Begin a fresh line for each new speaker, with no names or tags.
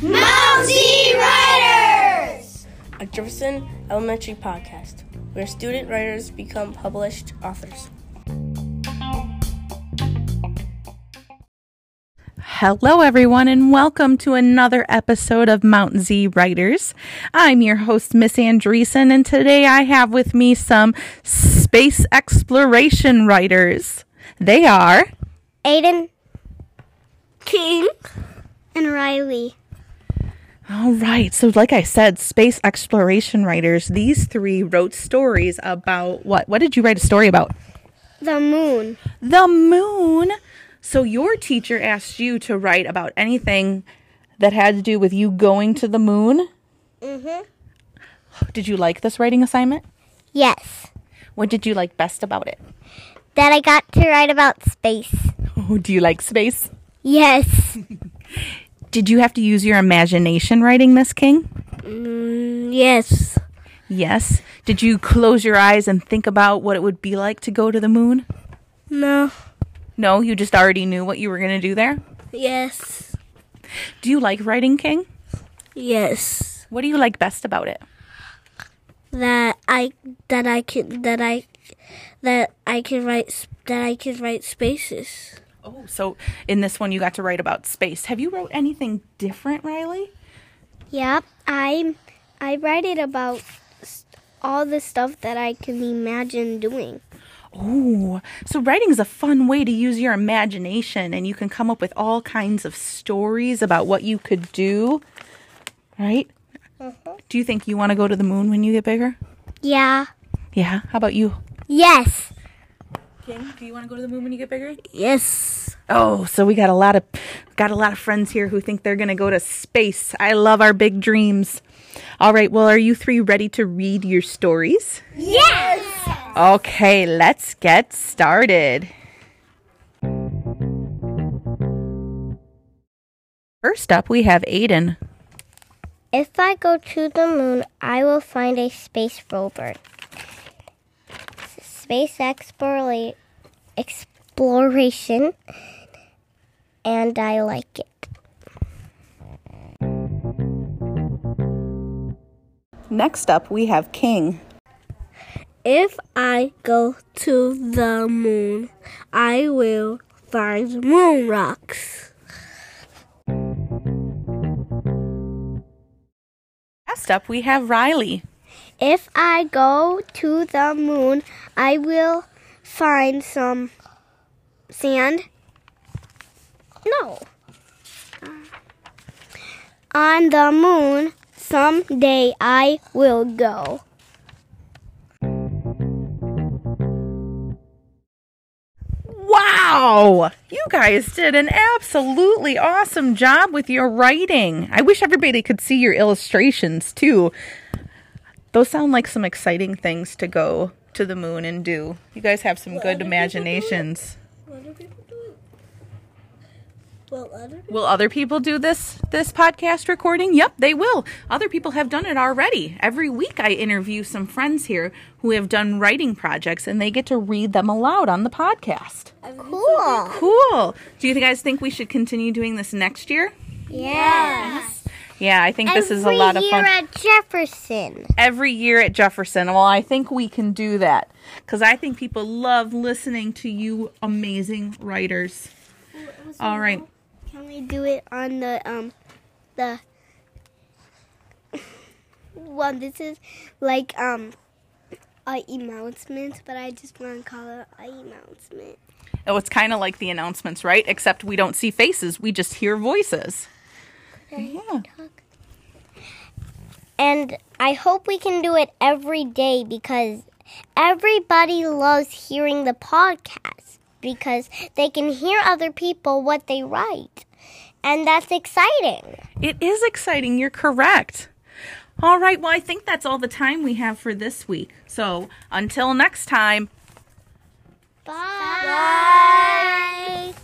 Mousy Writers!
a Jefferson Elementary podcast, where student writers become published authors.
Hello, everyone, and welcome to another episode of Mount Z Writers. I'm your host, Miss Andreessen, and today I have with me some space exploration writers. They are
Aiden, King, and Riley.
All right. So, like I said, space exploration writers. These three wrote stories about what? What did you write a story about?
The moon.
The moon. So, your teacher asked you to write about anything that had to do with you going to the moon. Mm-hmm. Did you like this writing assignment?
Yes.
What did you like best about it?
That I got to write about space.
Oh, do you like space?
Yes.
Did you have to use your imagination writing this, King?
Yes.
Yes. Did you close your eyes and think about what it would be like to go to the moon?
No.
No, you just already knew what you were going to do there?
Yes.
Do you like writing, King?
Yes.
What do you like best about it?
That I that I can that I that I can write s- that I can write spaces.
Oh, so in this one you got to write about space. Have you wrote anything different, Riley?
Yep, I I write it about s- all the stuff that I can imagine doing.
Ooh, so writing's a fun way to use your imagination and you can come up with all kinds of stories about what you could do, right? Do you think you want to go to the moon when you get bigger?
Yeah.
Yeah, how about you?
Yes.
King, do you want to go to the moon when you get bigger?
Yes.
Oh, so we got a lot of got a lot of friends here who think they're going to go to space. I love our big dreams. All right, well, are you three ready to read your stories?
Yes.
Okay, let's get started. First up, we have Aiden.
If I go to the moon, I will find a space rover. S- Space explora- exploration, and I like it.
Next up, we have King.
If I go to the moon, I will find moon rocks.
Last up, we have Riley.
If I go to the moon, I will find some sand. No. Uh, On the moon, someday I will go.
Wow! You guys did an absolutely awesome job with your writing. I wish everybody could see your illustrations too. Those sound like some exciting things to go to the moon and do. You guys have some good imaginations.
Well, other
Will other people do this this podcast recording? Yep, they will. Other people have done it already. Every week I interview some friends here who have done writing projects and they get to read them aloud on the podcast.
Cool.
Cool. Do you guys think we should continue doing this next year?
Yes.
Yeah, I think this is a lot of fun.
at Jefferson.
Every year at Jefferson. Well, I think we can do that because I think people love listening to you amazing writers. All right.
Can we do it on the um the one? This is like um a announcement, but I just want to call it a announcement.
Oh, it's kind of like the announcements, right? Except we don't see faces, we just hear voices. Yeah.
And I hope we can do it every day because everybody loves hearing the podcast because they can hear other people what they write. And that's exciting.
It is exciting. You're correct. All right. Well, I think that's all the time we have for this week. So until next time.
Bye. Bye.